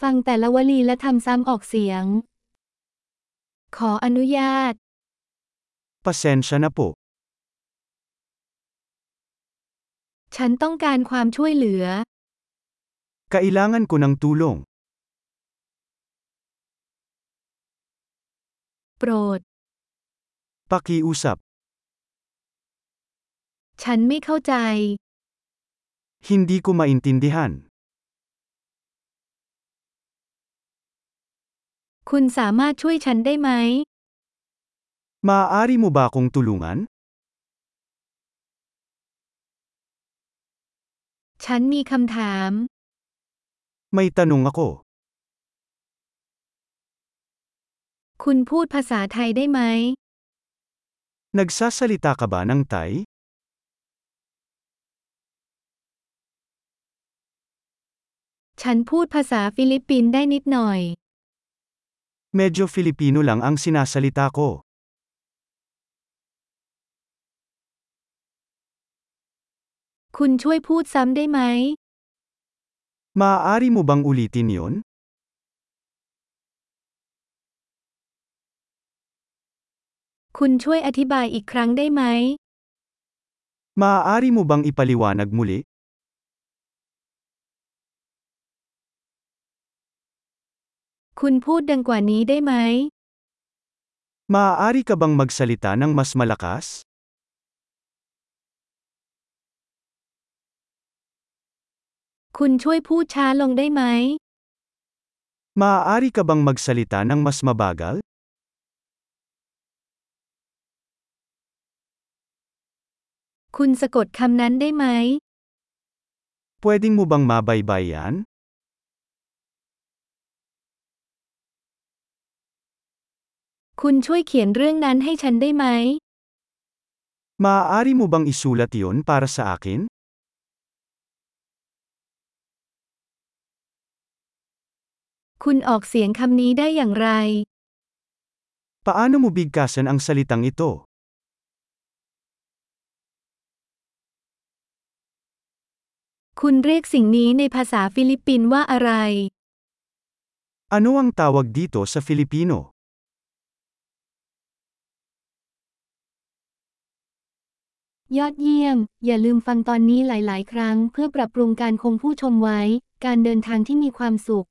ฟังแต่ละวลีและทำซ้ำออกเสียง ขออนุญาต Pasensya na po. ฉันต้องการความช่วยเหลือ Kailangan ko ng tulong. โปรด Pakiusap. ฉันไม่เข้าใจ Hindi ko maintindihan. คุณสามารถช่วยฉันได้ไหม Maaari mo ba akong tulungan? ฉันมีคำถาม May tanong ako. คุณพูดภาษาไทยได้ไหม Nagsasalita ka ba ng Thai? ฉันพูดภาษาฟิลิปปินส์ได้นิดหน่อย Medyo Filipino lang ang sinasalita ko. คุณช่วยพูดซ้ำได้ไหม Maaari mo bang ulitin yon? คุณช่วยอธิบายอีกครั้งได้ไหม Maaari mo bang ipaliwanag muli? คุณพูดดังกว่านี้ได้ไหม Maaari ka bang magsalita ng mas malakas? คุณช่วยพูดช้าลงได้ไหม Maaari ka bang magsalita ng mas mabagal? คุณสะกดคำนั้นได้ไหม Pwedeng mo bang mabaybay yan? คุณช่วยเขียนเรื่องนั้นให้ฉันได้ไหม Maaari mo bang isulat yon para sa akin? คุณออกเสียงคำนี้ได้อย่างไร Paano mo bigkasan ang salitang ito? คุณเรียกสิ่งนี้ในภาษาฟิลิปปินส์ว่าอะไร Ano ang tawag dito sa Filipino? ยอดเยี่ยม อย่าลืมฟังตอนนี้หลาย ๆ ครั้ง เพื่อปรับปรุงการคงผู้ชมไว้ การเดินทางที่มีความสุข